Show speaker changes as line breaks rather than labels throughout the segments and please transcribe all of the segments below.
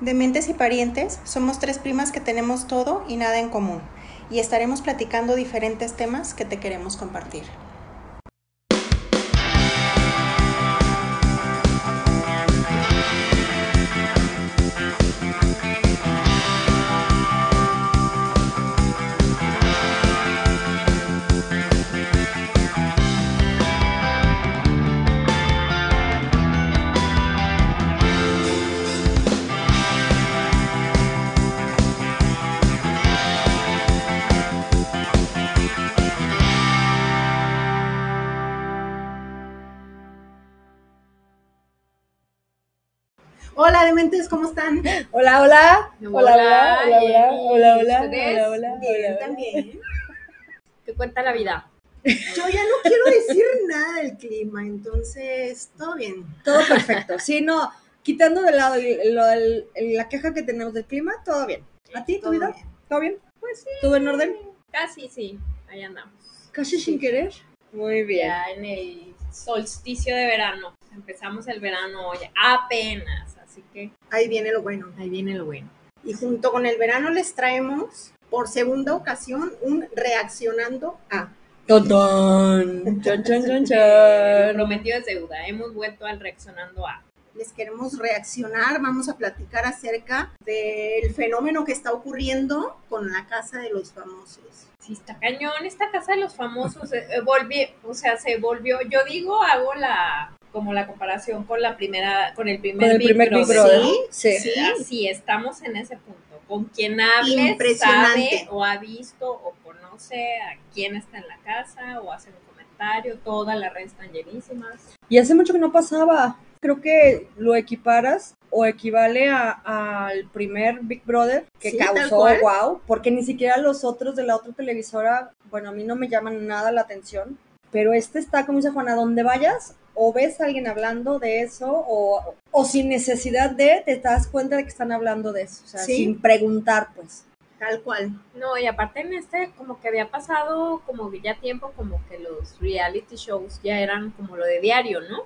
De mentes y parientes, somos tres primas que tenemos todo y nada en común, y estaremos platicando diferentes temas que te queremos compartir. Hola, dementes, ¿cómo están?
Hola, hola. Hola, hola, hola,
y-
hola,
y
hola, hola,
ustedes,
hola, hola,
Bien,
hola, hola.
también.
¿Qué cuenta la vida?
Yo ya no quiero decir nada del clima, entonces todo bien.
Todo perfecto. Sí, no, quitando de lado el- lo del- el- la queja que tenemos del clima, todo bien. ¿A ti, tu
Todo
vida?
bien.
¿Todo bien? Pues sí. ¿Todo en orden?
Casi sí, ahí andamos.
Casi sin querer. Muy bien.
Ya en el solsticio de verano. Empezamos el verano hoy, apenas, así que
Ahí viene lo bueno.
ahí viene lo bueno.
Y junto con el verano les traemos por segunda ocasión un reaccionando a.
Ton, ton. Chon, chon, chon,
Eh,
chon.
lo prometido es deuda, hemos vuelto al reaccionando a.
Les queremos reaccionar, vamos a platicar acerca del fenómeno que está ocurriendo con la casa de los famosos.
Sí, está cañón, esta casa de los famosos, eh, eh, volví- o sea, se volvió, yo digo, hago la, como la comparación con la primera, con el primer
Con el
Big
primer Big
Brother.
Brother.
Sí,
Sí.
sí.
Así estamos en ese punto. Con quien hable,
Impresionante.
sabe o ha visto o conoce a quién está en la casa o hace un comentario. Todas las redes están llenísimas.
Y hace mucho que no pasaba. Creo que lo equiparas o equivale a- al primer Big Brother que
Sí, tal
causó
cual.
wow, porque ni siquiera los otros de la otra televisora, bueno, a mí no me llaman nada la atención, pero este está, como dice Juana, donde vayas o ves a alguien hablando de eso o, o sin necesidad de, te das cuenta de que están hablando de eso, o sea,
Sí.
sin preguntar, pues.
Tal cual.
No, y aparte en este, como que había pasado como que ya tiempo, como que los reality shows ya eran como lo de diario, ¿no?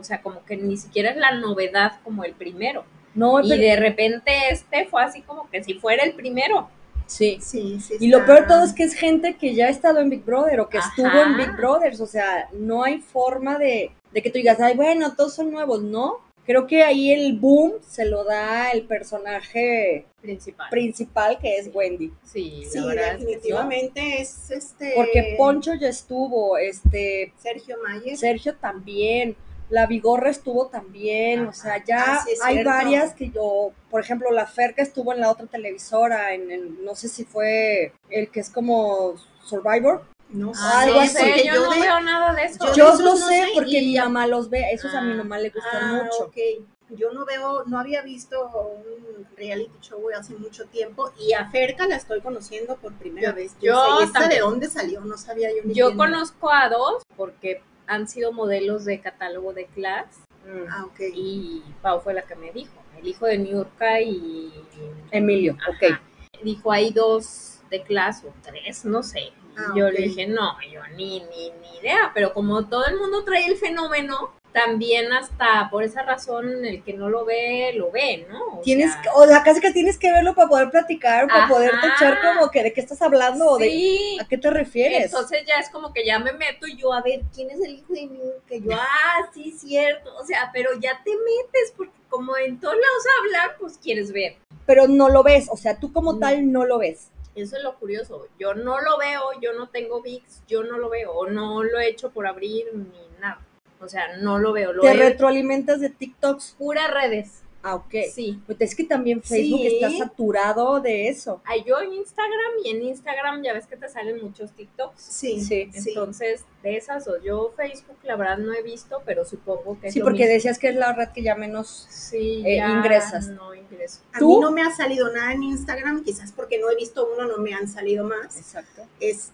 O sea, como que ni siquiera es la novedad como el primero.
No,
Y
pero-
de repente este fue así como que si fuera el primero.
sí.
Sí, sí.
Y lo
está-
peor de todo es que es gente que ya ha estado en Big Brother o que
Ajá.
estuvo en Big Brothers. O sea, no hay forma de, de que tú digas, ay, bueno, todos son nuevos, ¿no? Creo que ahí el boom se lo da el personaje
Principal.
principal que es
Sí.
Wendy.
sí, la
Sí,
verdad es que sí.
definitivamente es este.
Porque Poncho ya estuvo, este,
Sergio Mayer.
Sergio también, la Vigorra estuvo también, o sea, ya
Ah, sí, es
hay
cierto.
varias que yo, por ejemplo, la Fer que estuvo en la otra televisora, en el, no sé si fue el que es como Survivor.
No sé.
Ah,
Algo
no
así.
sé,
porque
yo,
yo
no
de-
veo nada de eso.
yo
Yo
esos
lo
no
sé
sé,
porque
y-
mi mamá los ve, esos a mi
Ah,
mamá le gustan
Ah,
mucho.
ok. Yo no veo, no había visto un reality show hace mucho tiempo y a Ferca la estoy conociendo por primera
Yo-
vez.
yo
Yo, ¿y esta de
también.
dónde salió? No sabía yo ni
Yo
quién
conozco a dos porque han sido modelos de catálogo de Class
Mm.
era. Ah, ok.
y Pau fue la que me dijo, el hijo de Niurka y
Emilio,
Ajá.
ok.
dijo hay dos de Class o tres, no sé. Y
Ah,
yo
ok.
le dije, no, yo ni, ni, ni idea, pero como todo el mundo trae el fenómeno, también hasta por esa razón el que no lo ve, lo ve, ¿no? O
Tienes,
sea,
que- o sea, casi que tienes que verlo para poder platicar, para
Ajá.
poderte echar como que de qué estás hablando o de
sí.
a qué te refieres.
Entonces ya es como que ya me meto y yo, a ver, ¿quién es el hijo de mí? Que yo, ah, sí, cierto. O sea, pero ya te metes porque como en todos lados hablan, pues quieres ver.
Pero no lo ves, o sea, tú como
No.
tal no lo ves.
Eso es lo curioso. Yo no lo veo, yo no tengo VIX, yo no lo veo, o no lo he hecho por abrir ni nada. O sea, no lo veo, lo
Te
veo
retroalimentas de TikToks.
pura redes.
Ah, ok.
Sí.
Pues es que también Facebook
Sí.
está saturado de eso.
Ay, yo en Instagram y en Instagram ya ves que te salen muchos TikToks.
Sí,
Sí,
sí,
Entonces, de esas, o yo Facebook, la verdad no he visto, pero supongo que es
Sí,
lo
porque
mismo.
decías que es la red que ya menos.
Sí,
eh,
ya
ingresas.
No ingreso.
A
¿Tú?
mí no me ha salido nada en Instagram, quizás porque no he visto uno, no me han salido más.
Exacto.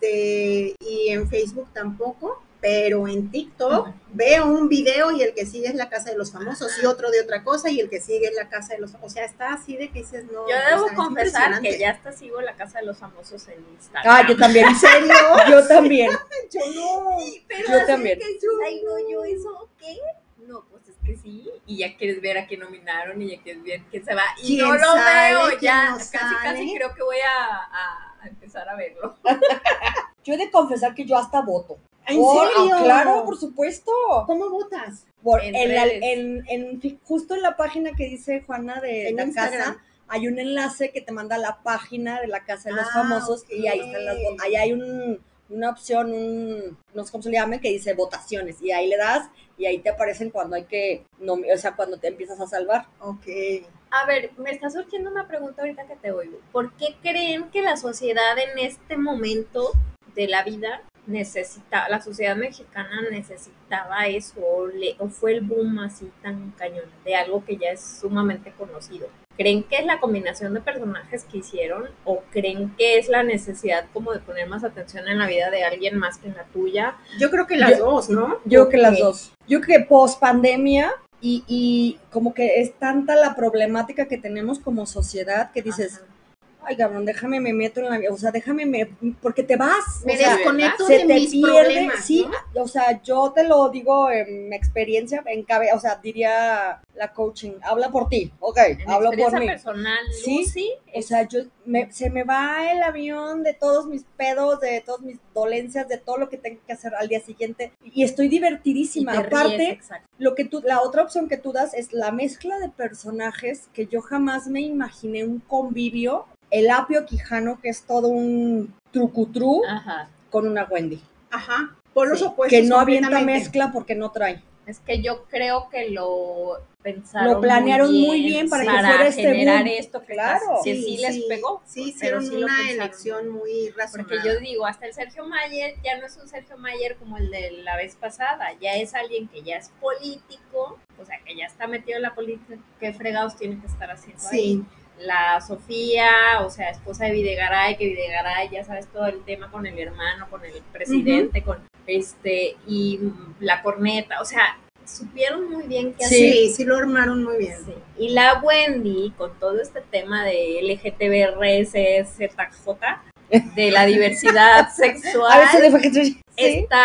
Este, y en Facebook tampoco, pero en TikTok veo un video y el que sigue es la casa de los famosos y otro de otra cosa y el que sigue es la casa de los, o sea, está así de que dices, no.
Yo
o
debo
sea, es
confesar
impresionante.
que ya hasta sigo la casa de los famosos en Instagram.
Ah, yo también. ¿En serio? Yo también.
Yo no. Ah,
Sí, pero
yo
así
también.
que yo, ay, no, yo eso, ¿qué? No, pues es que que sí, y ya quieres ver a quién nominaron y ya quieres ver quién se va. Y
¿Quién
no lo
sale?
veo,
¿Quién
ya
no
casi,
sale?
casi creo que voy a, a- a empezar a verlo.
Yo he de confesar que yo hasta voto.
¿En
Por- ah,
serio?
Oh,
Claro, por supuesto.
¿Cómo votas?
Por-
En
en la-
redes.
en- en fi- justo en la página que dice Juana de
En
la
Instagram.
casa hay un enlace que te manda a la página de la casa de los
Ah,
famosos
ok.
y ahí están las vo- ahí hay un- una opción, un no sé cómo se le llame, que dice votaciones y ahí le das y ahí te aparecen cuando hay que nom- o sea, cuando te empiezas a salvar.
Ok.
A ver, me está surgiendo una pregunta ahorita que te oigo. ¿Por qué creen que la sociedad en este momento de la vida necesita, la sociedad mexicana necesitaba eso o, le- o fue el boom así tan cañón de algo que ya es sumamente conocido? ¿Creen que es la combinación de personajes que hicieron o creen que es la necesidad como de poner más atención en la vida de alguien más que en la tuya?
Yo creo que las
Yo-
dos, ¿no?
Yo creo que las
Porque-
dos. Yo creo que post pandemia y, y como que es tanta la problemática que tenemos como sociedad que dices,
Ajá.
ay cabrón, déjame me meto en la vida, o sea, déjame me, porque te vas.
Me
o sea,
desconecto
se
de
te
mis
pierde,
problemas.
sí,
¿no?
o sea, yo te lo digo en mi experiencia, en cabe, o sea, diría la coaching, habla por ti, ok,
En
hablo por
experiencia
mí.
personal,
Sí,
Lucy,
O sea, yo, me- se me va el avión de todos mis pedos, de todas mis dolencias, de todo lo que tengo que hacer al día siguiente. Y estoy
y
divertidísima.
te
Aparte,
ríes, exacto.
lo que tú, la otra opción que tú das es la mezcla de personajes que yo jamás me imaginé un convivio. El apio Quijano, que es todo un trucutru,
Ajá.
con una Wendy.
Ajá. Por los
Sí,
opuestos.
Que no avienta
Pues completamente.
mezcla porque no trae.
Es que yo creo que lo pensaron.
Lo planearon muy bien para que fuera este
generar
boom.
esto, que
Claro.
estás- que sí, les pegó.
Sí,
pero
hicieron
sí lo
una
pensaron.
elección muy razonable.
Porque yo digo, hasta el Sergio Mayer ya no es un Sergio Mayer como el de la vez pasada, ya es alguien que ya es político, o sea, que ya está metido en la política, qué fregados tiene que estar haciendo ahí.
Sí,
La Sofía, o sea, esposa de Videgaray, que Videgaray, ya sabes todo el tema con el hermano, con el presidente, con este, y mm, la corneta, o sea, supieron muy bien qué
sí,
hacer.
sí, lo armaron muy bien.
Sí. Y la Wendy, con todo este tema de LGTBRSZJ, de la diversidad
A
sexual,
veces le fue que- sí.
está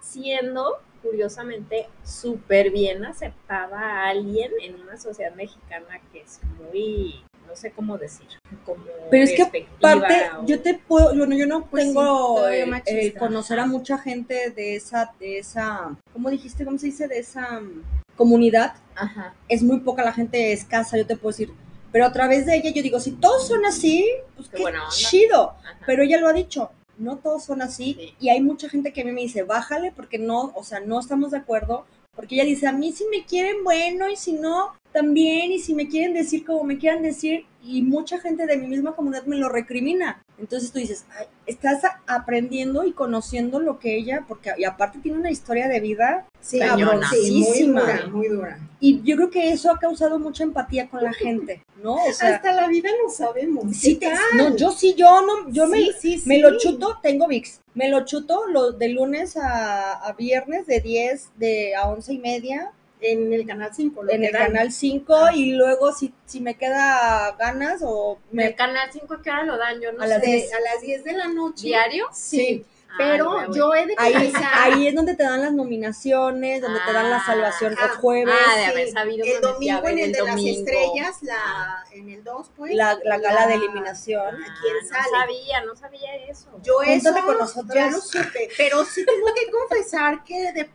siendo curiosamente súper bien aceptada a alguien en una sociedad mexicana que es muy, no sé cómo decir, como
Pero es que
despectiva
Parte,
o-
yo te puedo, bueno, yo no
Pues sí,
tengo
todavía
el-
machista.
el conocer a mucha gente de esa, de esa, ¿cómo dijiste? ¿Cómo se dice? De esa mm, comunidad.
Ajá.
Es muy poca la gente escasa, yo te puedo decir. Pero a través de ella yo digo, si todos son así, pues
Qué
qué,
buena onda.
chido.
ajá.
Pero ella lo ha dicho, no todos son así.
Sí.
Y hay mucha gente que a mí me dice, bájale porque no, o sea, no estamos de acuerdo. Porque ella dice, a mí si me quieren, bueno, y si no, también. Y si me quieren decir como me quieran decir. Y mucha gente de mi misma comunidad me lo recrimina. Entonces tú dices, "Ay, estás a- aprendiendo y conociendo lo que ella, porque y aparte tiene una historia de vida.
Sí, ah,
Cañona.
sí, muy
Cañoncísima.
dura, muy dura.
Y yo creo que eso ha causado mucha empatía con la gente, ¿no? O sea,
Hasta la vida no sabemos.
sí
¿Qué
te-
tal?
no, yo sí, yo no, yo me,
Sí, sí,
Me
sí.
lo chuto, tengo VIX. Me lo chuto lo, de lunes a, a viernes de 10 de, a 11 y media
en el canal 5.
en el canal 5
Ah.
y luego si, si me queda ganas o
En
me...
el canal 5, ¿qué hora lo dan? Yo no
A
sé.
las diez.
a las 10 de la noche.
¿Diario?
Sí,
Ah,
pero
luego.
yo he de
Ahí,
confesar
ahí es donde te dan las nominaciones, donde te dan la salvación
Ah,
los jueves,
Ah, de
sí.
haber
el
sabido me metí a
domingo
ver
en el, de las
domingo.
estrellas, la, en el 2, pues.
la, la gala de
la-
Ah,
eliminación.
quién sale.
No sabía, no sabía eso.
Yo eso
Júntate con nosotras.
ya lo supe, pero sí tengo que confesar que de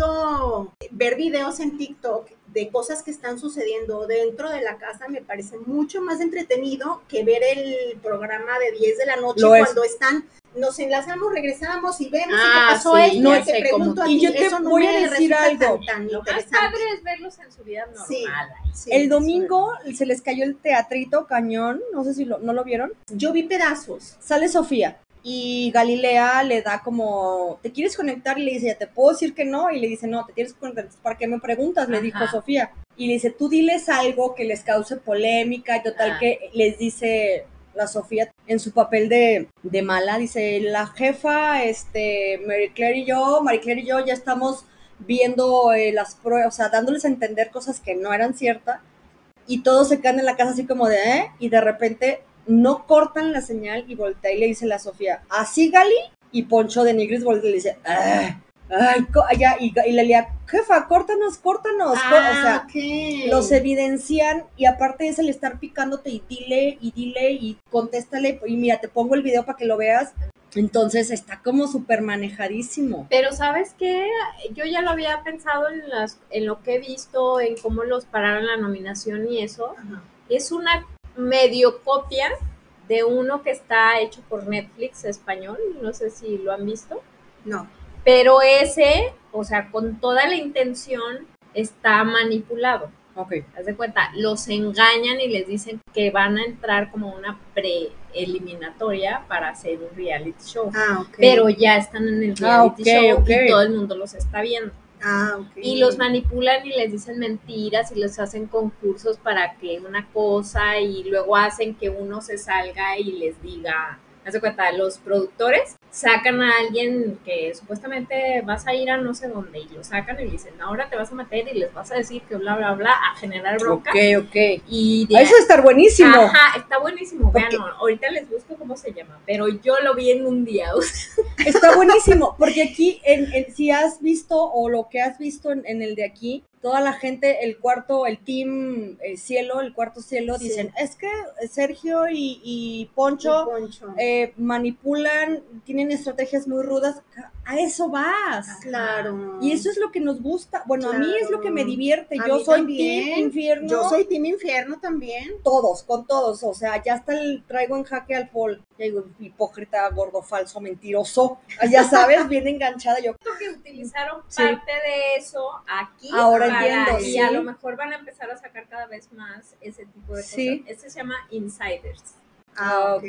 pronto ver videos en TikTok de cosas que están sucediendo dentro de la casa me parece mucho más entretenido que ver el programa de 10 de la noche
Lo es.
cuando están nos enlazamos, regresamos y vemos
Ah,
y qué pasó
sí,
esto,
ya
y te
sé,
pregunto
como-
a
y
ti,
yo te
eso no
voy
me
a decir
resulta
algo.
tan, tan
lo más
interesante.
padre es verlos en su vida normal.
Sí.
ahí.
Sí,
el domingo se les cayó el teatrito cañón, no sé si lo, no lo vieron.
yo vi pedazos.
Sale Sofía y Galilea le da como, ¿te quieres conectar? Y le dice, ya te puedo decir que no. Y le dice, no, te quieres conectar. Entonces, ¿Para qué me preguntas? Le dijo
Ajá.
Sofía. Y le dice, tú diles algo que les cause polémica. Y total
Ah.
que les dice la Sofía en su papel de, de mala, dice, la jefa, este, Mary Claire y yo, Mary Claire y yo ya estamos viendo eh, las pruebas, o sea, dándoles a entender cosas que no eran ciertas y todos se quedan en la casa así como de, ¿eh? Y de repente no cortan la señal y voltea y le dice la Sofía, así Gali, y Poncho de Nigris voltea y le dice, "Ah". Ay, co- ay, ya, y, y Lelia, jefa, córtanos, córtanos. co- o sea,
Ah, ok.
los evidencian y aparte es el estar picándote y dile y dile y contéstale y mira, te pongo el video para que lo veas. Entonces está como súper manejadísimo.
Pero sabes qué, yo ya lo había pensado en, las, en lo que he visto, en cómo los pararon la nominación y eso.
Ajá.
Es una medio copia de uno que está hecho por Netflix español, no sé si lo han visto.
No.
Pero ese, o sea, con toda la intención, está manipulado.
Ok.
Haz de cuenta, los engañan y les dicen que van a entrar como una preeliminatoria para hacer un reality show.
Ah, ok.
Pero ya están en el reality
Ah, ok,
show
ok.
y todo el mundo los está viendo.
Ah, ok.
Y los manipulan y les dicen mentiras y los hacen concursos para que una cosa y luego hacen que uno se salga y les diga, haz de cuenta, los productores sacan a alguien que supuestamente vas a ir a no sé dónde y lo sacan y le dicen, ahora te vas a meter y les vas a decir que bla, bla, bla, a generar bronca.
Ok, ok.
Y de
Eso va a estar buenísimo.
Ajá, está buenísimo,
Porque-
vean, ahorita les busco cómo se llama, pero yo lo vi en un día, o sea,
Está buenísimo, porque aquí, en, en- si has visto o lo que has visto en, en el de aquí, toda la gente, el cuarto, el team eh, cielo, el cuarto cielo,
Sí.
dicen, es que Sergio y, y
Poncho.
Poncho eh, manipulan, tienen estrategias muy rudas, a eso vas.
claro.
Y eso es lo que nos gusta. Bueno, a mí es lo que me
Claro.
divierte.
A
Yo
mí
soy
también.
team infierno.
Yo soy Team Infierno también.
todos, con todos. O sea, ya hasta el, traigo en jaque al Paul. Ya digo, hipócrita, gordo, falso, mentiroso. Ya sabes, bien enganchada. Yo,
siento que utilizaron
Sí.
parte de eso aquí.
Ahora
entiendo,
Y
sí.
a lo mejor van a empezar a sacar cada vez más ese tipo de cosas.
Sí.
Este se llama Insiders.
Ah, ok.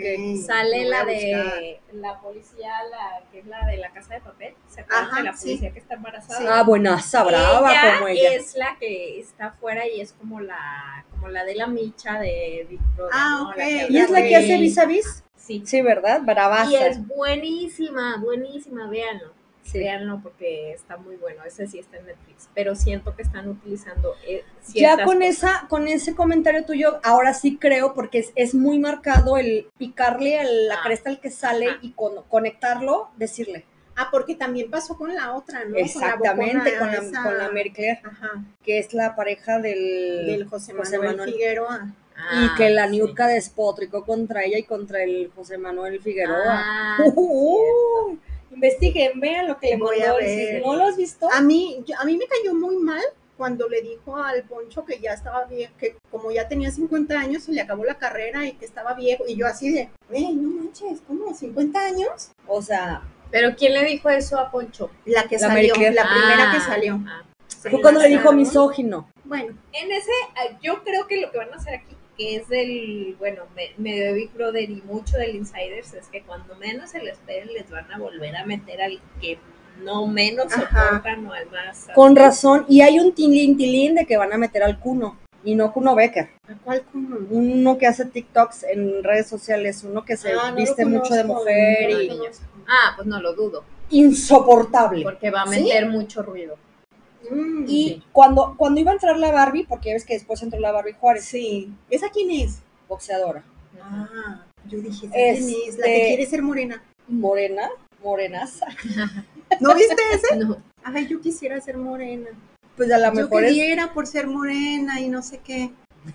Sale
Lo voy a
la
buscar.
de la policía, la que es la de la casa de papel. ¿Se acuerdan
Ajá,
de la
sí.
policía que está embarazada?
Sí.
ah, buena, brava como ella.
es la que está afuera y es como la como la de la micha de Big Brother.
Ah,
¿no?
ok,
La que
¿Y
habla
es la que
de-
hace vis a vis?
Sí.
Sí, ¿verdad? Bravaza.
Y es buenísima, buenísima, véanlo.
Sí.
Véanlo porque está muy bueno. Ese sí está en Netflix. Pero siento que están utilizando. eh,
Ya
ciertas
con
cosas.
esa, con ese comentario tuyo, ahora sí creo, porque es, es muy marcado el picarle a la
Ah.
cresta al que sale
Ajá.
y con- conectarlo, decirle.
Ah, porque también pasó con la otra, ¿no? Con la
Exactamente, con la,
bocona
con la
esa.
Mary Claire,
Ajá,
que es la pareja del,
del José Manuel,
José Manuel.
Figueroa.
Ah,
y que la
sí.
Niurka despotricó contra ella y contra el José Manuel Figueroa.
Ah,
Uy, investiguen, vean lo que le
Voy a
mandó.
ver. Ah,
Si no lo has visto,
A mí, yo- a mí me cayó muy mal cuando le dijo al Poncho que ya estaba viejo, que como ya tenía 50 años, se le acabó la carrera y que estaba viejo. Y yo así de, güey, no manches, ¿cómo? ¿50 años?
o sea,
Pero ¿quién le dijo eso a Poncho?
La que
La Mary
salió,
Claire.
la primera
Ah,
que salió.
ah.
fue cuando le dijo
Claro.
misógino.
Bueno,
En ese, ah, yo creo que lo que van a hacer aquí, que es del, bueno, me- medio de Big Brother y mucho del Insiders, es que cuando menos se les peguen, les van a volver a meter al que no menos
Ajá.
soportan o al más.
Con razón, y hay un tilín tilín de que van a meter al cuno. Y no Cuno Becker,
¿a cuál como?
uno que hace TikToks en redes sociales, uno que se
Ah, no lo
viste mucho de
conozco,
mujer
no lo
y
conozco.
Ah, pues no lo dudo,
insoportable.
porque va a
¿Sí?
meter mucho ruido.
Mm.
Y cuando, cuando iba a entrar la Barbie, porque ya ves que después entró la Barbie Juárez,
sí, ¿esa quién es?
boxeadora,
Ah, yo dije, ¿esa ¿quién es? La que
Este-
quiere ser morena.
morena, morenaza,
¿No viste ese?
No.
Ay, yo quisiera ser morena.
pues a lo
yo
mejor es
queriera por ser morena y no sé qué.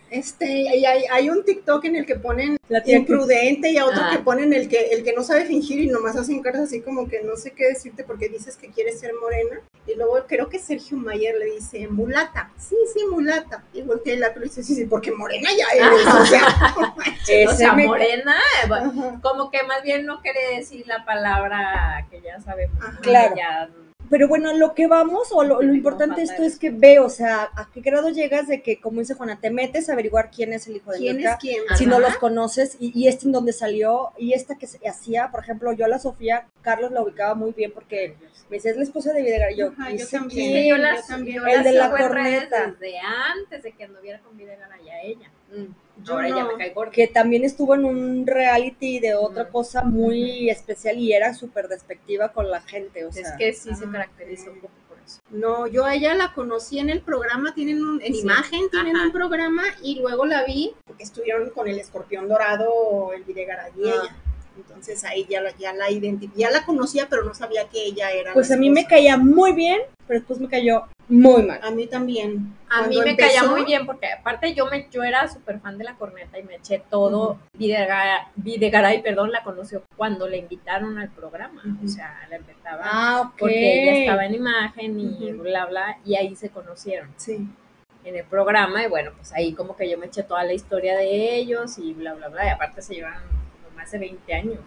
Este, y hay, hay un TikTok en el que ponen
la tía que-
imprudente y a otro
Ah.
que ponen el que, el que no sabe fingir y nomás hacen caras así como que no sé qué decirte porque dices que quieres ser morena. Y luego creo que Sergio Mayer le dice, mulata, sí, sí, mulata. Y voltea el otro y dice, sí, sí, porque morena ya eres. o sea, no manches.
o
ese
sea,
me-
morena, eh, bueno,
Ajá.
como que más bien no quiere decir la palabra que ya sabemos.
Ajá.
¿no?
Claro.
Ya-
Pero bueno, lo que vamos, o lo, lo
No
importante de
falta
esto
eso.
es que ve, o sea, a qué grado llegas de que, como dice Juana, te metes a averiguar quién es el hijo de
¿Quién es
Niurka,
quién?
Ah.
si no
Ajá.
los conoces, y, y este en donde salió, y esta que se hacía, por ejemplo, yo a la Sofía, Carlos la ubicaba muy bien porque me decía, es la esposa de Videgar, y yo,
Ajá,
"¿Y
yo
ese
también.
quién?".
Sí, este, yo
yo
las,
también.
yo
El
las
de la
sigo en redes
corneta.
desde antes de que anduviera con Videgar allá ella.
Mm.
Yo
Ahora ya
no.
me cae gorda.
que también estuvo en un reality de otra
Mm.
cosa muy especial y era súper despectiva con la gente, o sea.
es que sí se
ah,
caracteriza
ok.
un poco por eso.
No, yo a ella la conocí en el programa, tienen un, en
Sí.
imagen, tienen
Ajá.
un programa y luego la vi porque estuvieron con el escorpión dorado, el Videgaray y
Ah.
ella. Entonces ahí ya la, ya la identi- ya la conocía, pero no sabía que ella era.
Pues
la
a mí me
esposa.
caía muy bien, pero después me cayó muy mal.
A mí también.
A mí
Cuando
me caía
empezó,
muy bien porque aparte yo me yo era súper fan de la corneta y me eché todo. Videgaray, Videgaray, perdón, la conoció cuando le invitaron al programa.
Ujú.
O sea, la empezaba
Ah, ok.
porque ella estaba en imagen y
Ujú.
bla, bla, y ahí se conocieron
Sí.
en el programa y bueno, pues ahí como que yo me eché toda la historia de ellos y bla, bla, bla, y aparte se llevan como más de 20 años.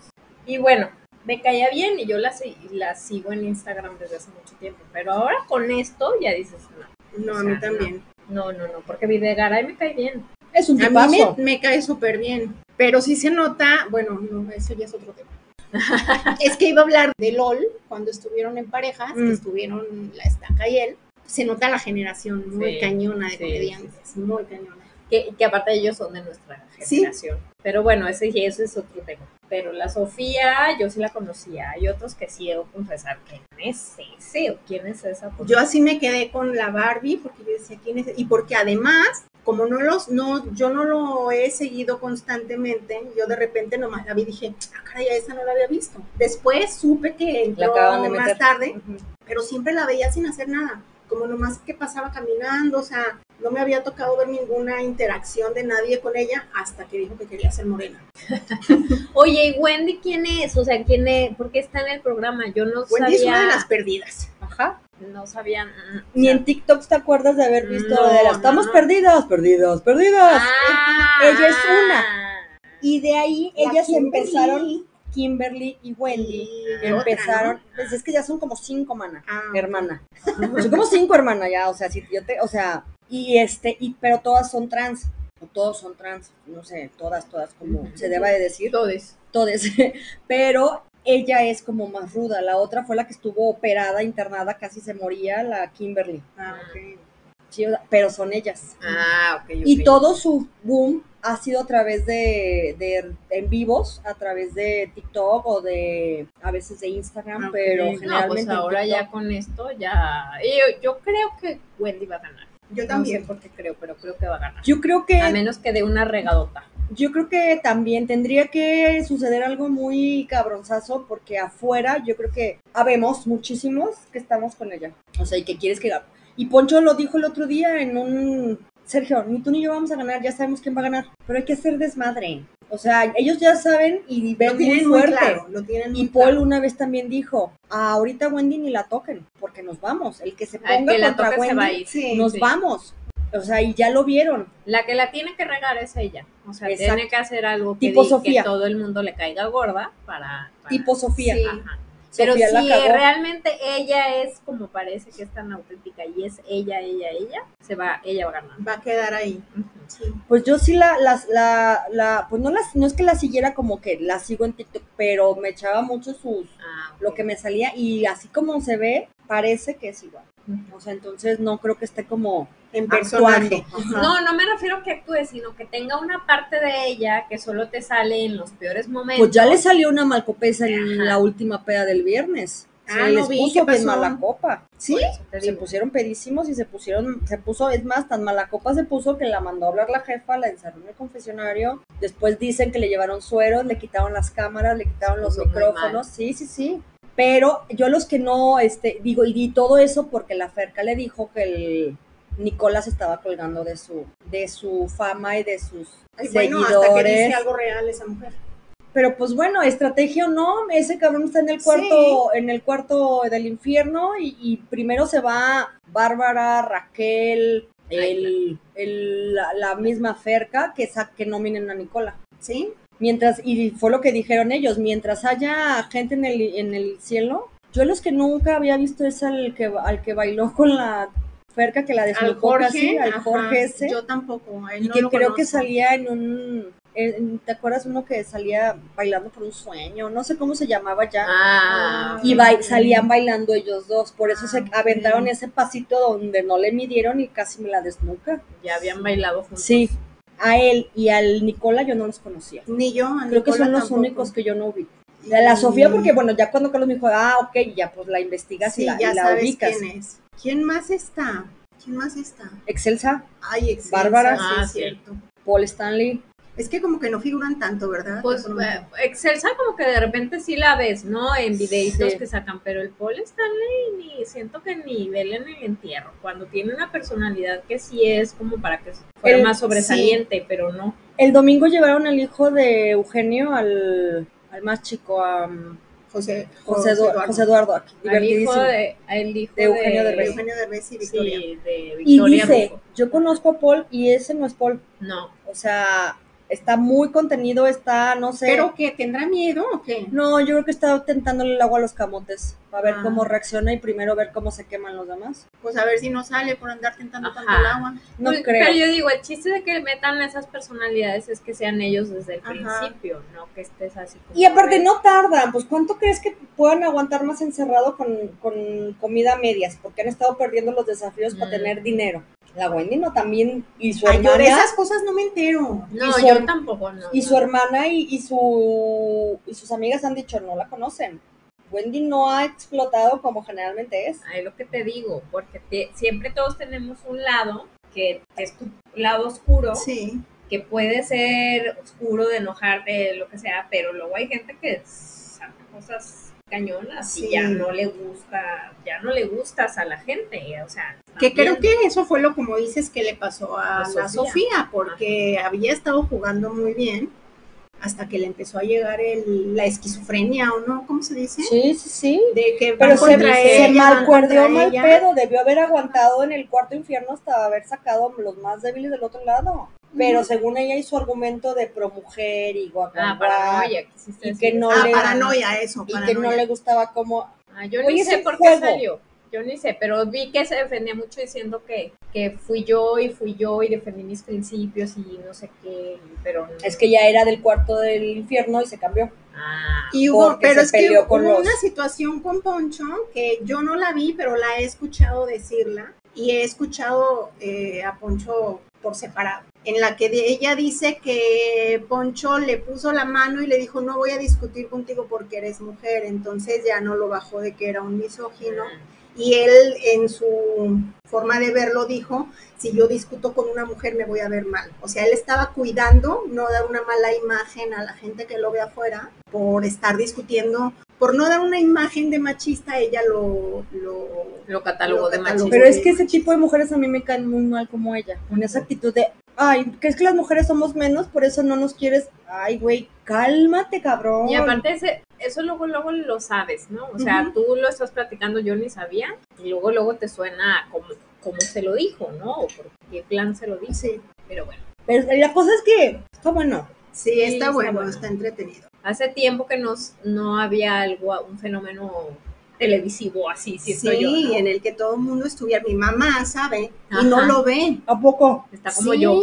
Y bueno, me caía bien y yo la, si- la sigo en Instagram desde hace mucho tiempo, pero ahora con esto ya dices, no,
No,
O
a
sea,
mí
no.
también.
no, no, no, porque Videgaray me cae bien.
Es un
A mí
tipazo.
me, me cae súper bien. Pero sí se nota, bueno, no, eso ya es otro tema. es que iba a hablar de LOL cuando estuvieron en parejas,
Mm.
que estuvieron la estaca y él. Se nota la generación muy
Sí,
cañona de
sí,
comediantes, muy cañona.
Que, que aparte ellos son de nuestra
Sí.
generación. Pero bueno, ese, ese es otro tema. Pero la Sofía, yo sí la conocía. Hay otros que sí debo confesar. ¿Quién es ese? ¿O quién es esa?
Yo así me quedé con la Barbie porque yo decía quién es y porque además como no los no yo no lo he seguido constantemente yo de repente nomás la vi y dije ah caray a esa no la había visto después supe que entró
acaban de meter.
más tarde
Ujú.
pero siempre la veía sin hacer nada como nomás que pasaba caminando o sea no me había tocado ver ninguna interacción de nadie con ella hasta que dijo que quería ser morena
Oye, ¿y Wendy quién es? O sea, ¿quién es? ¿Por qué está en el programa? Yo no
Wendy es
sabía.
una de las perdidas
Ajá.
No sabía. mm, o
Ni
sea,
en TikTok te acuerdas de haber visto
No,
de las
no,
estamos
no.
perdidas, perdidas, perdidas.
¡Ah!
Ella es una. Y de ahí
La
ellas
Kimberly
empezaron, Kimberly y Wendy,
y la otra,
empezaron,
¿no?
pues es que ya son como cinco, mana.
Ah,
hermana. Son como cinco hermanas ya, o sea, si yo te, o sea, y este, y pero todas son trans, o todos son trans, no sé, todas, todas, como se deba de decir,
Todes.
todas, pero ella es como más ruda, la otra fue la que estuvo operada, internada, casi se moría, la Kimberly,
ah, ok.
Sí, o sea, pero son ellas.
Ah, ok.
Y
ok.
todo su boom ha sido a través de, de en vivos, a través de TikTok o de a veces de Instagram,
Ok.
pero
No,
Ah, No,
generalmente
pues
en
ahora
TikTok.
ya con esto ya. Yo, yo creo que Wendy va a ganar.
yo
También. No
también
sé por qué creo, pero creo que va a ganar.
Yo creo que
A menos que dé una regadota.
Yo creo que también tendría que suceder algo muy cabronzazo porque afuera yo creo que habemos muchísimos que estamos con ella. O sea, y que quieres que gane. Y Poncho lo dijo el otro día en un... Sergio, ni tú ni yo vamos a ganar, ya sabemos quién va a ganar, pero hay que hacer desmadre. O sea, ellos ya saben y
lo
ven muy
tienen muy
fuerte.
claro lo tienen muy
Y Paul
claro.
una vez también dijo, "Ah, ahorita Wendy ni la toquen, porque nos vamos. El que se ponga
Al Ah, que la
contra
toque se
Wendy,
va a ir.
Sí.
nos
sí.
vamos. O sea, y ya lo vieron.
La que la tiene que regar es ella. O sea,
Exacto.
tiene que hacer algo que,
Tipo
di-
Sofía.
que todo el mundo le caiga gorda para. para-
Tipo Sofía.
Sí.
Ajá. Pero
Sofía la
si
cagó.
realmente ella es como parece que es tan auténtica y es ella, ella, ella, se va, ella va a ganar.
va a quedar ahí sí
Pues yo sí la, las, la, la, pues no las, no es que la siguiera como que la sigo en TikTok, pero me echaba mucho sus,
Ah,
lo que me salía, y así como se ve, parece que es igual. O sea, entonces no creo que esté como,
en
Actuando.
personaje. Ajá.
No, no me refiero a que actúe, sino que tenga una parte de ella que solo te sale en los peores momentos.
pues ya le salió una malcopesa en la última peda del viernes. Se
Ah, no
les
vi,
puso
¿qué
bien
pasó?
mala copa.
¿Sí?
Por eso te
Pues Se
digo.
pusieron pedísimos y se pusieron, se puso, es más, tan mala copa se puso que la mandó a hablar la jefa, la encerró en el confesionario. Después dicen que le llevaron sueros, le quitaron las cámaras, le quitaron los
Estuvo muy mal.
micrófonos. Sí, sí, sí. Pero yo a los que no, este, digo, y di todo eso porque la Ferca le dijo que el Nicolás estaba colgando de su, de su fama y de sus
Ay, bueno,
seguidores.
hasta que dice algo real esa mujer.
Pero pues bueno, estrategia o no, ese cabrón está en el cuarto, en el cuarto del infierno y, y primero se va Bárbara, Raquel, el, el- la, la misma Ferca que, sa- que nominen a Nicola.
¿Sí?
Mientras, y fue lo que dijeron ellos, mientras haya gente en el, en el cielo, yo los que nunca había visto es al que, al que bailó con la Ferca que la
Al
desnucó
Jorge.
casi, al
ajá,
Jorge ese.
Yo tampoco. a él
Y
no
que
lo
creo que
conozco.
salía en un. en- ¿Te acuerdas uno que salía bailando por un sueño? No sé cómo se llamaba ya.
Ah,
y bai- salían bailando ellos dos. Por eso
Ah,
se
ok.
aventaron ese pasito donde no le midieron y casi me la desnuca.
ya habían bailado juntos.
Sí. A él y al Nicola yo no los conocía.
Ni yo. a
Creo que
Ah, Nicola
son los
tampoco.
únicos que yo no ubico. A la Sofía, porque bueno, ya cuando Carlos me dijo, ah, ok, ya pues la investigas
Sí,
y la, y
ya
la
sabes
ubicas.
quién es. ¿Quién más está? ¿Quién más está?
Excelsa,
Ay, Excelsa,
Bárbara.
Sí,
Ah,
es
sí.
cierto.
Paul Stanley,
Es que como que no figuran tanto, ¿verdad?
Pues
Por lo
eh,
menos.
Excelsa como que de repente sí la ves, ¿no? En videitos
Sí.
que sacan, pero el Paul Stanley ni siento que ni vela en el entierro, cuando tiene una personalidad que sí es como para que fuera
El-
más sobresaliente, pero no.
El domingo llevaron al hijo de Eugenio al, al más chico, a um,
José,
José, Edu-
Eduardo.
José Eduardo aquí,
Al hijo
divertidísimo.
de, al hijo
De Eugenio
de,
Derbez.
Eugenio Derbez y Victoria.
Sí, de
Y
Victoria
dice,
Rufo.
yo conozco a Paul y ese no es Paul.
No,
O sea, está muy contenido, está, no sé.
Pero que tendrá miedo o qué?
No, yo creo que está tentándole el agua a los camotes para ver
Ah.
cómo reacciona y primero ver cómo se queman los demás.
Pues a ver si no sale por andar tentando
Ajá.
tanto el agua.
No
Pues,
creo.
Pero yo digo, el chiste de que metan esas personalidades es que sean ellos desde el
Ajá.
principio, no que estés así. como
Y aparte
de-
no tardan, pues ¿cuánto crees que puedan aguantar más encerrado con, con comida a medias? Porque han estado perdiendo los desafíos para
Mm.
tener dinero. La Wendy no también, y su
Ay, yo
hermana,
de esas cosas no me entero.
No,
y su
yo
her-
tampoco, no.
y
no.
su hermana y, y su y sus amigas han dicho no la conocen. Wendy no ha explotado como generalmente es.
Ahí lo que te digo, porque te- siempre todos tenemos un lado que es tu lado oscuro,
Sí.
que puede ser oscuro de enojarte, lo que sea, pero luego hay gente que saca cosas cañonas
Sí.
y ya no le gusta, ya no le gustas a la gente, o sea.
Que creo
también.
que eso fue lo como dices que le pasó a,
A
la
Sofía.
Sofía, porque había estado jugando muy bien hasta que le empezó a llegar el, la esquizofrenia o no, ¿cómo se dice?
Sí, sí, sí.
De que
Pero
van
se,
contra
se
ella, van
malcuerdeó
contra
mal
ella.
pedo, debió haber aguantado en el cuarto infierno hasta haber sacado a los más débiles del otro lado. Pero según ella hizo argumento de pro mujer y guaguaguá,
Ah, paranoia, quisiste
y que
decir.
no
Ah,
le
paranoia, eso.
y
paranoia.
que no le gustaba cómo
Ah, yo
Oye,
ni
es
sé
un
por
juego.
qué salió. Yo ni sé, pero vi que se defendía mucho diciendo que, que fui yo y fui yo y defendí mis principios y no sé qué, pero no.
es que ya era del cuarto del infierno y se cambió.
Ah,
Y hubo,
porque
pero
se
es que
peleó
hubo
con los-
una situación con Poncho que yo no la vi, pero la he escuchado decirla y he escuchado eh, a Poncho por separado, en la que de- ella dice que Poncho le puso la mano y le dijo no voy a discutir contigo porque eres mujer, entonces ya no lo bajó de que era un misógino y él en su forma de verlo dijo, si yo discuto con una mujer me voy a ver mal. O sea, él estaba cuidando no dar una mala imagen a la gente que lo ve afuera por estar discutiendo, por no dar una imagen de machista, ella lo... lo-
lo catálogo
Lo
de
catálogo.
machismo.
Pero es que ese tipo de mujeres a mí me caen muy mal como ella, con esa actitud de, ay, que es que las mujeres somos menos, por eso no nos quieres, ay, güey, cálmate, cabrón.
Y aparte ese, eso luego luego lo sabes, ¿no? O sea,
Ujú.
tú lo estás platicando, yo ni sabía, y luego luego te suena como, como se lo dijo, ¿no? O por qué plan se lo dice,
Sí,
pero bueno.
Pero la cosa es que está bueno.
sí,
Sí,
está
está
bueno,
bueno.
está entretenido.
Hace tiempo que nos, no había algo, un fenómeno televisivo así,
Sí,
siento yo. ¿no?
en el que todo el mundo estuviera, mi mamá sabe y no
Ajá.
lo ve.
¿A poco?
Está como
Sí,
yo.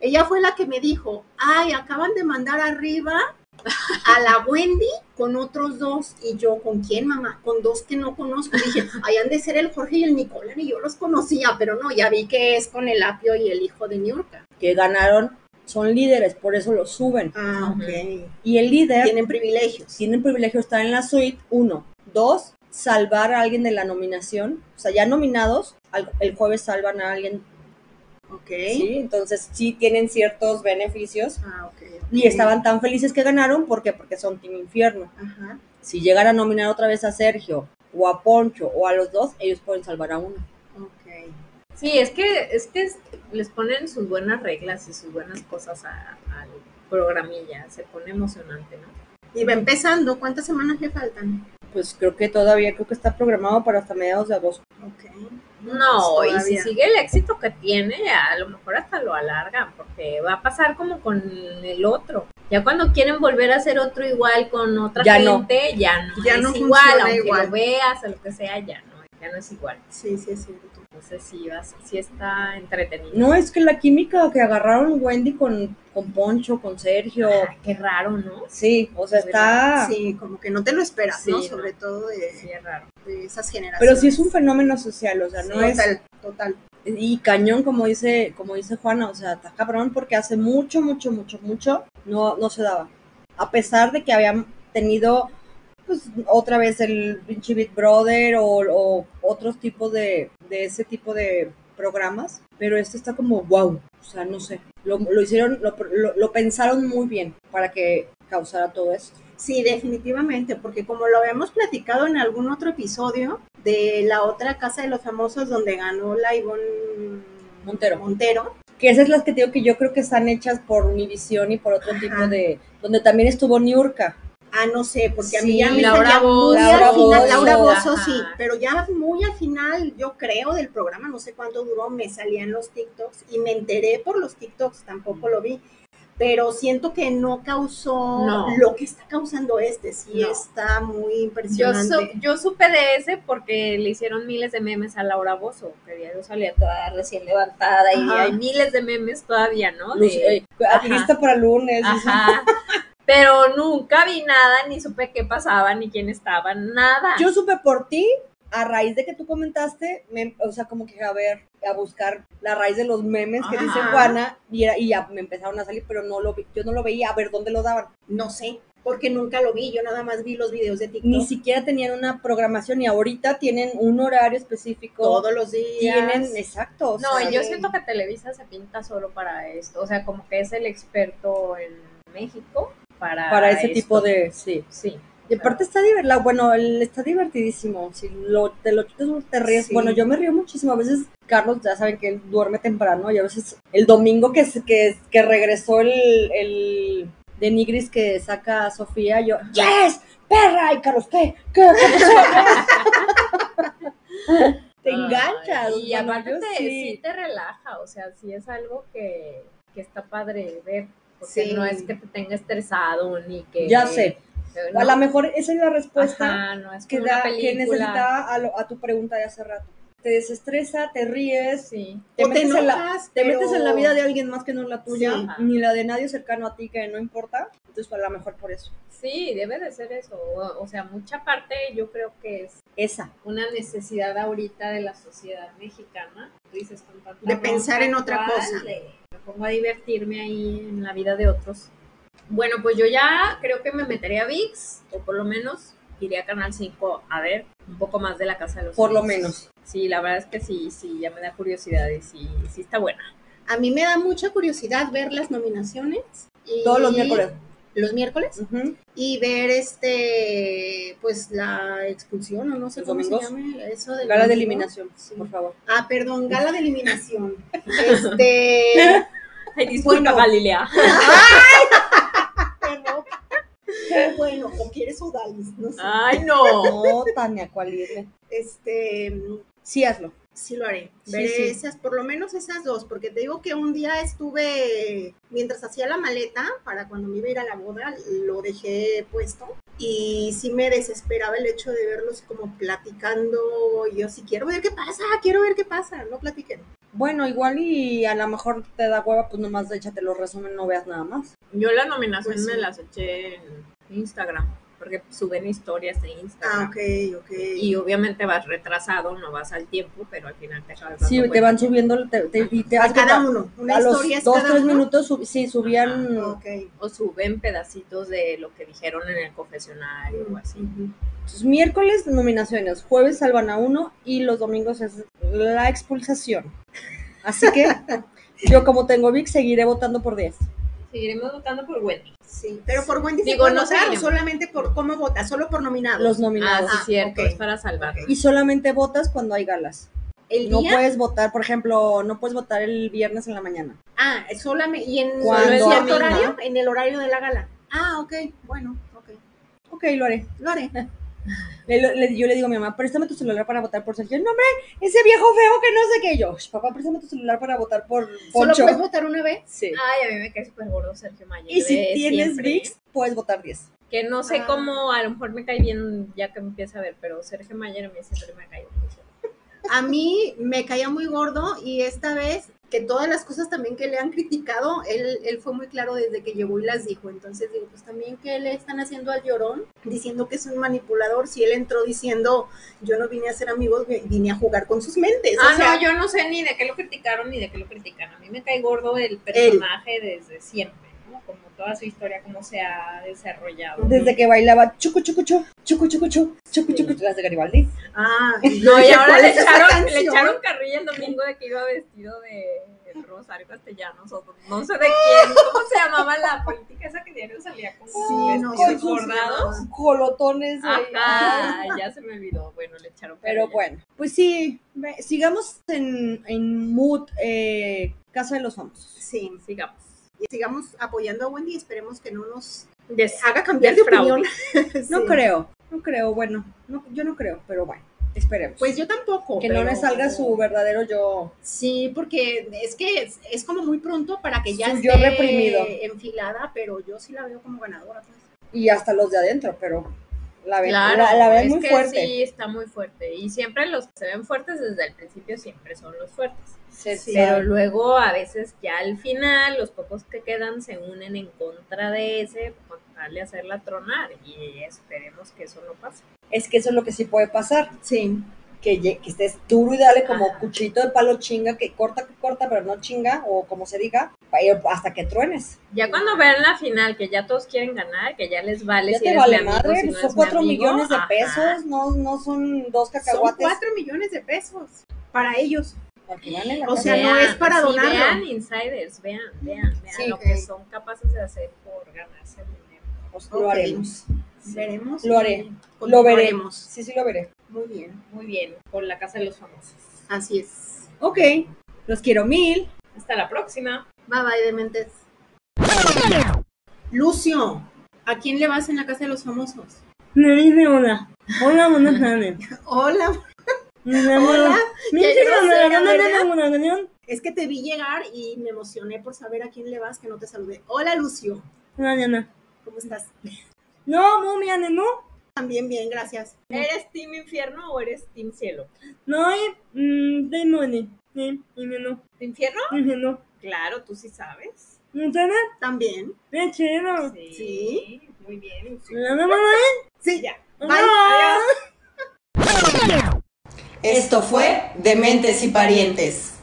Ella fue la que me dijo, ay, acaban de mandar arriba a la Wendy con otros dos. Y yo, ¿con quién, mamá? Con dos que no conozco. Y dije, ay, han de ser el Jorge y el Nicolás. Y yo los conocía, pero no, ya vi que es con el apio y el hijo de Niurka.
Que ganaron, son líderes, por eso los suben.
Ah,
ok.
Y el líder tiene,
Tienen privilegios.
el privilegio de estar en la suite, uno. Dos, salvar a alguien de la nominación. O sea, ya nominados, al- el jueves salvan a alguien,
Ok.
¿sí? Entonces sí tienen ciertos beneficios.
Ah, ok. ok.
Y estaban tan felices que ganaron, ¿por qué? Porque son Team Infierno.
Ajá.
Si llegan a nominar otra vez a Sergio, o a Poncho, o a los dos, ellos pueden salvar a uno.
Ok.
Sí, es que, es que es- les ponen sus buenas reglas y sus buenas cosas a- al programilla, se pone emocionante, ¿no?
Y va empezando. ¿Cuántas semanas le faltan?
Pues creo que todavía, creo que está programado para hasta mediados de agosto.
Ok.
No,
Pues
y si
todavía.
sigue el éxito que tiene, a lo mejor hasta lo alargan, porque va a pasar como con el otro. Ya cuando quieren volver a hacer otro igual con otra
Ya no.
gente, ya no
Ya
es
no
igual,
funciona
aunque
igual.
lo veas o lo que sea, ya no, ya no es igual.
Sí, sí, es cierto.
Entonces sí, va, sí está entretenido.
No, es que la química que agarraron Wendy con, con Poncho, con Sergio.
Ah, qué raro, ¿no?
Sí, o sea, está...
Sí, como que no te lo esperas,
Ah. Sí,
¿no?
no.
Sobre todo
Sí,
de,
es raro.
de esas generaciones.
Pero sí es un fenómeno social, o sea, no es...
Total, total.
Y cañón, como dice, como dice Juana, o sea, está cabrón porque hace mucho, mucho, mucho, mucho no, no se daba. A pesar de que habían tenido, pues, otra vez el pinche Big Brother o, o otros tipos de, de ese tipo de programas, pero este está como wow, o sea, no sé, lo, lo hicieron, lo, lo- lo pensaron muy bien para que causara todo esto.
Sí, definitivamente, porque como lo habíamos platicado en algún otro episodio de la otra Casa de los Famosos donde ganó la Ivonne
Montero.
Montero,
Que esas las que te digo que yo creo que están hechas por Univision y por otro
Ajá.
tipo de, donde también estuvo Niurka.
ah, no sé, porque a mí
Sí,
ya me
Laura
salía muy
Bozzo.
al
Laura
final, Laura
Bozzo,
Bozzo, sí,
ajá.
pero ya muy al final, yo creo, del programa, no sé cuánto duró, me salían los TikToks y me enteré por los TikToks, tampoco lo vi, pero siento que no causó
No.
lo que está causando este, sí
No.
está muy
Yo,
impresionante.
su- yo supe de ese porque le hicieron miles de memes a Laura Bozo, que diario salía toda recién levantada y
Ajá.
hay miles de memes todavía, ¿no?
Luz-
De-
eh, activista para lunes.
Ajá. Pero nunca vi nada, ni supe qué pasaba, ni quién estaba, nada.
Yo supe por ti, a raíz de que tú comentaste, me- o sea, como que a ver, a buscar la raíz de los memes que dice
Ajá.
Juana, y, era- y ya me empezaron a salir, pero no lo vi, yo no lo veía, a ver dónde lo daban.
No sé, porque nunca lo vi, yo nada más vi los videos de TikTok
Ni siquiera tenían una programación y ahorita tienen un horario específico.
todos los días.
tienen, este, exacto. o
no,
sea,
y yo
de-
siento que Televisa se pinta solo para esto, o sea, como que es el experto en México para
para ese
esto.
tipo de, sí.
sí.
Y aparte está divertido, bueno, el- está divertidísimo, si lo, te lo chutas, te ríes.
Sí.
Bueno, yo me río muchísimo, a veces Carlos, ya saben que él duerme temprano y a veces el domingo que, se- que, que regresó el, el de Nigris que saca a Sofía, yo, ¡Yes! ¡Perra! Y Carlos, ¿qué? ¿Qué? ¿Qué pasó?" te
Ay,
enganchas.
Y
bueno,
aparte
yo
te- sí.
sí.
te relaja, o sea, sí es algo que, que está padre ver. Porque
Sí.
no es que te tenga estresado ni que.
Ya sé,
que
a
no.
lo mejor esa es la respuesta.
Ajá, no es
que,
como una
da- que
película.
necesitaba a, lo- a tu pregunta de hace rato. Te desestresa, te ríes,
Sí.
te,
O te
metes, en la,
enojas,
te
pero-
metes en la vida de alguien más que no es la tuya,
Sí.
Ajá. ni la de nadie cercano a ti que no importa. Entonces, a lo mejor por eso.
Sí, debe de ser eso. O, o sea, mucha parte yo creo que es
Esa.
una necesidad ahorita de la sociedad mexicana. Tú dices con tanta
De pensar
bronca
en otra
actual,
cosa.
de- Me pongo a divertirme ahí en la vida de otros. Bueno, pues yo ya creo que me metería a VIX, o por lo menos iría a Canal 5 a ver un poco más de la Casa de los
Por lo
Famosos.
menos.
Sí, la verdad es que sí, sí, ya me da curiosidad y sí, sí está buena.
A mí me da mucha curiosidad ver las nominaciones. y-
Todos los miércoles.
Los miércoles.
Ujú.
Y ver este, pues la expulsión, o no sé
Los
cómo se
domingos.
llama eso. del
Gala de
domingo.
eliminación,
Sí.
por favor.
Ah, perdón, gala de eliminación. Este,
Ay, disculpa,
Bueno.
Galilea.
pero, bueno, o quieres Odalis, no sé.
Ah.
Ay, no.
No, Tania, cual irle.
Este,
Sí, hazlo.
Sí lo haré.
Sí,
Veré
sí.
esas, por lo menos esas dos, porque te digo que un día estuve, mientras hacía la maleta, para cuando me iba a ir a la boda, lo dejé puesto. Y sí me desesperaba el hecho de verlos como platicando. y yo sí quiero ver qué pasa, quiero ver qué pasa. No platiquen.
Bueno, igual y a lo mejor te da hueva, pues nomás échate los resumen, no veas nada más.
Yo la nominación
Pues sí.
me las eché en Instagram, porque suben historias de
Ah,
Instagram.
ok, ok.
Y obviamente vas retrasado, no vas al tiempo, pero al final te acabas dando
Sí, te
cuenta.
van subiendo te- te- y te
a
das
cada
cuenta,
uno. Una
a los
historia es
dos,
cada
tres
uno.
minutos, sub- sí, subían
Ah, Ok.
O suben pedacitos de lo que dijeron en el confesionario o así.
Ujú.
Entonces, Pues, miércoles nominaciones, jueves salvan a uno y los domingos es la expulsación. Así que yo como tengo VIX seguiré votando por 10.
Seguiremos votando por Wendy.
Sí, pero por Wendy se
Digo,
puede
no
votar,
seguiremos.
solamente por cómo vota, solo por nominados.
Los
Ah,
nominados.
sí, cierto,
ok.
es para salvar.
Y solamente votas cuando hay galas.
El
No
día,
puedes votar, por ejemplo, no puedes votar el viernes en la mañana.
Ah, solamente y en
Cuando
en
a
cierto
mí, ¿no?
horario, en el horario de la gala. Ah, ok, bueno, ok.
Ok, lo haré.
Lo haré.
Le- lo- le- yo le digo a mi mamá, préstame tu celular para votar por Sergio. No, hombre, ese viejo feo que no sé qué. Yo, "Sh, papá, préstame tu celular para votar por
¿Solo
Poncho.
puedes Ah, votar una vez?
Sí.
Ay, a mí me cae súper gordo Sergio Mayer.
Y si
de
tienes
siempre.
VIX, puedes votar 10.
Que no sé
Ah.
cómo, a lo mejor me cae bien ya que empieza a ver, pero Sergio Mayer a mí siempre me ha caído mucho.
A mí me caía muy gordo y esta vez, que todas las cosas también que le han criticado, él, él fue muy claro desde que llegó y las dijo. Entonces digo, pues también que le están haciendo al llorón, diciendo que es un manipulador, si él entró diciendo, yo no vine a ser amigos, vi- vine a jugar con sus mentes.
Ah,
o sea,
no, yo no sé ni de qué lo criticaron ni de qué lo critican. A mí me cae gordo el personaje desde siempre, ¿no? Como toda su historia, cómo se ha desarrollado.
Desde que bailaba chucu chucu chu, chucu chucu chu, chucu chucu chu, las de Garibaldi.
Ah,
No, y
dije,
ahora
¿cuál
le
es esa
echaron, le
canción?
echaron carrilla el domingo de que iba vestido de Rosario Castellanos o no sé de quién, cómo se llamaba la política esa que diario salía con
Oh,
Sí, no,
vestidos
sé cómo se
bordados.
llamaba.
Colotones. güey.
Ajá, ya se me olvidó. Bueno, le echaron
Pero
carrilla.
bueno, pues sí, ve- sigamos en, en mood eh, Casa de los Famosos.
Sí,
Sigamos.
y sigamos apoyando a Wendy y esperemos que no nos
Des-
haga cambiar de
Defraude.
opinión.
No
Sí.
creo, no creo, bueno, no, yo no creo, pero bueno, esperemos.
Pues yo tampoco.
que no
pero-
le salga su verdadero yo.
Sí, porque es que es, es como muy pronto para que ya
Su
esté
yo reprimido.
enfilada, pero yo sí la veo como ganadora. pues.
y hasta los de adentro, pero la ven,
Claro,
la, la ven
es
muy
que
fuerte.
Sí, está muy fuerte. Y siempre los que se ven fuertes desde el principio siempre son los fuertes.
Se
Sí.
sabe.
Pero luego a veces ya al final los pocos que quedan se unen en contra de ese con tal de hacerla tronar y esperemos que eso no pase.
es que eso es lo que sí puede pasar,
Sí,
que, lle- que estés duro y dale como
Ajá.
cuchillito de palo chinga, que corta, que corta, pero no chinga, o como se diga, pa- eh, hasta que truenes.
Ya cuando vean la final que ya todos quieren ganar, que ya les vale
Ya
si
te
eres
vale
mi amigo,
madre,
si
pues
no eres
son
mi
cuatro
amigo,
millones de
ajá.
pesos, no, no son dos
son
cacahuates.
cuatro millones de pesos para ellos.
Para que ganen la
O
casa.
sea, no es para
sí,
donarlo.
vean insiders, vean, vean, vean
Sí,
lo
ok.
que son capaces de hacer por ganarse el dinero.
Pues
ok.
lo haremos.
Veremos.
Lo haré.
y
Lo veré.
continuaremos.
Sí, sí, lo veré.
Muy bien,
Muy bien, con la casa de los famosos.
así es.
Ok, los quiero mil.
Hasta la próxima.
Bye bye, dementes. Lucio, ¿a quién le vas en la casa de los famosos?
Me dice hola. Hola, buenas tardes.
Hola, hola.
Hola.
Ya yo no sé, ¿verdad?
una reunión.
Es que te vi llegar y me emocioné por saber a quién le vas, que no te saludé. Hola, Lucio,
Hola, Diana.
¿cómo estás?
No, momia, no.
También bien, gracias.
¿Eres Team Infierno o eres Team Cielo?
No hay demoni. Sí, dime no.
¿Team Infierno?
Dime no.
Claro, tú sí sabes.
¿No sabes?
También.
¡Qué chido!
Sí.
Muy bien. sí.
¡La mamá! ¿eh?
Sí, ya. Bye.
Adiós.
Esto fue Dementes y Parientes.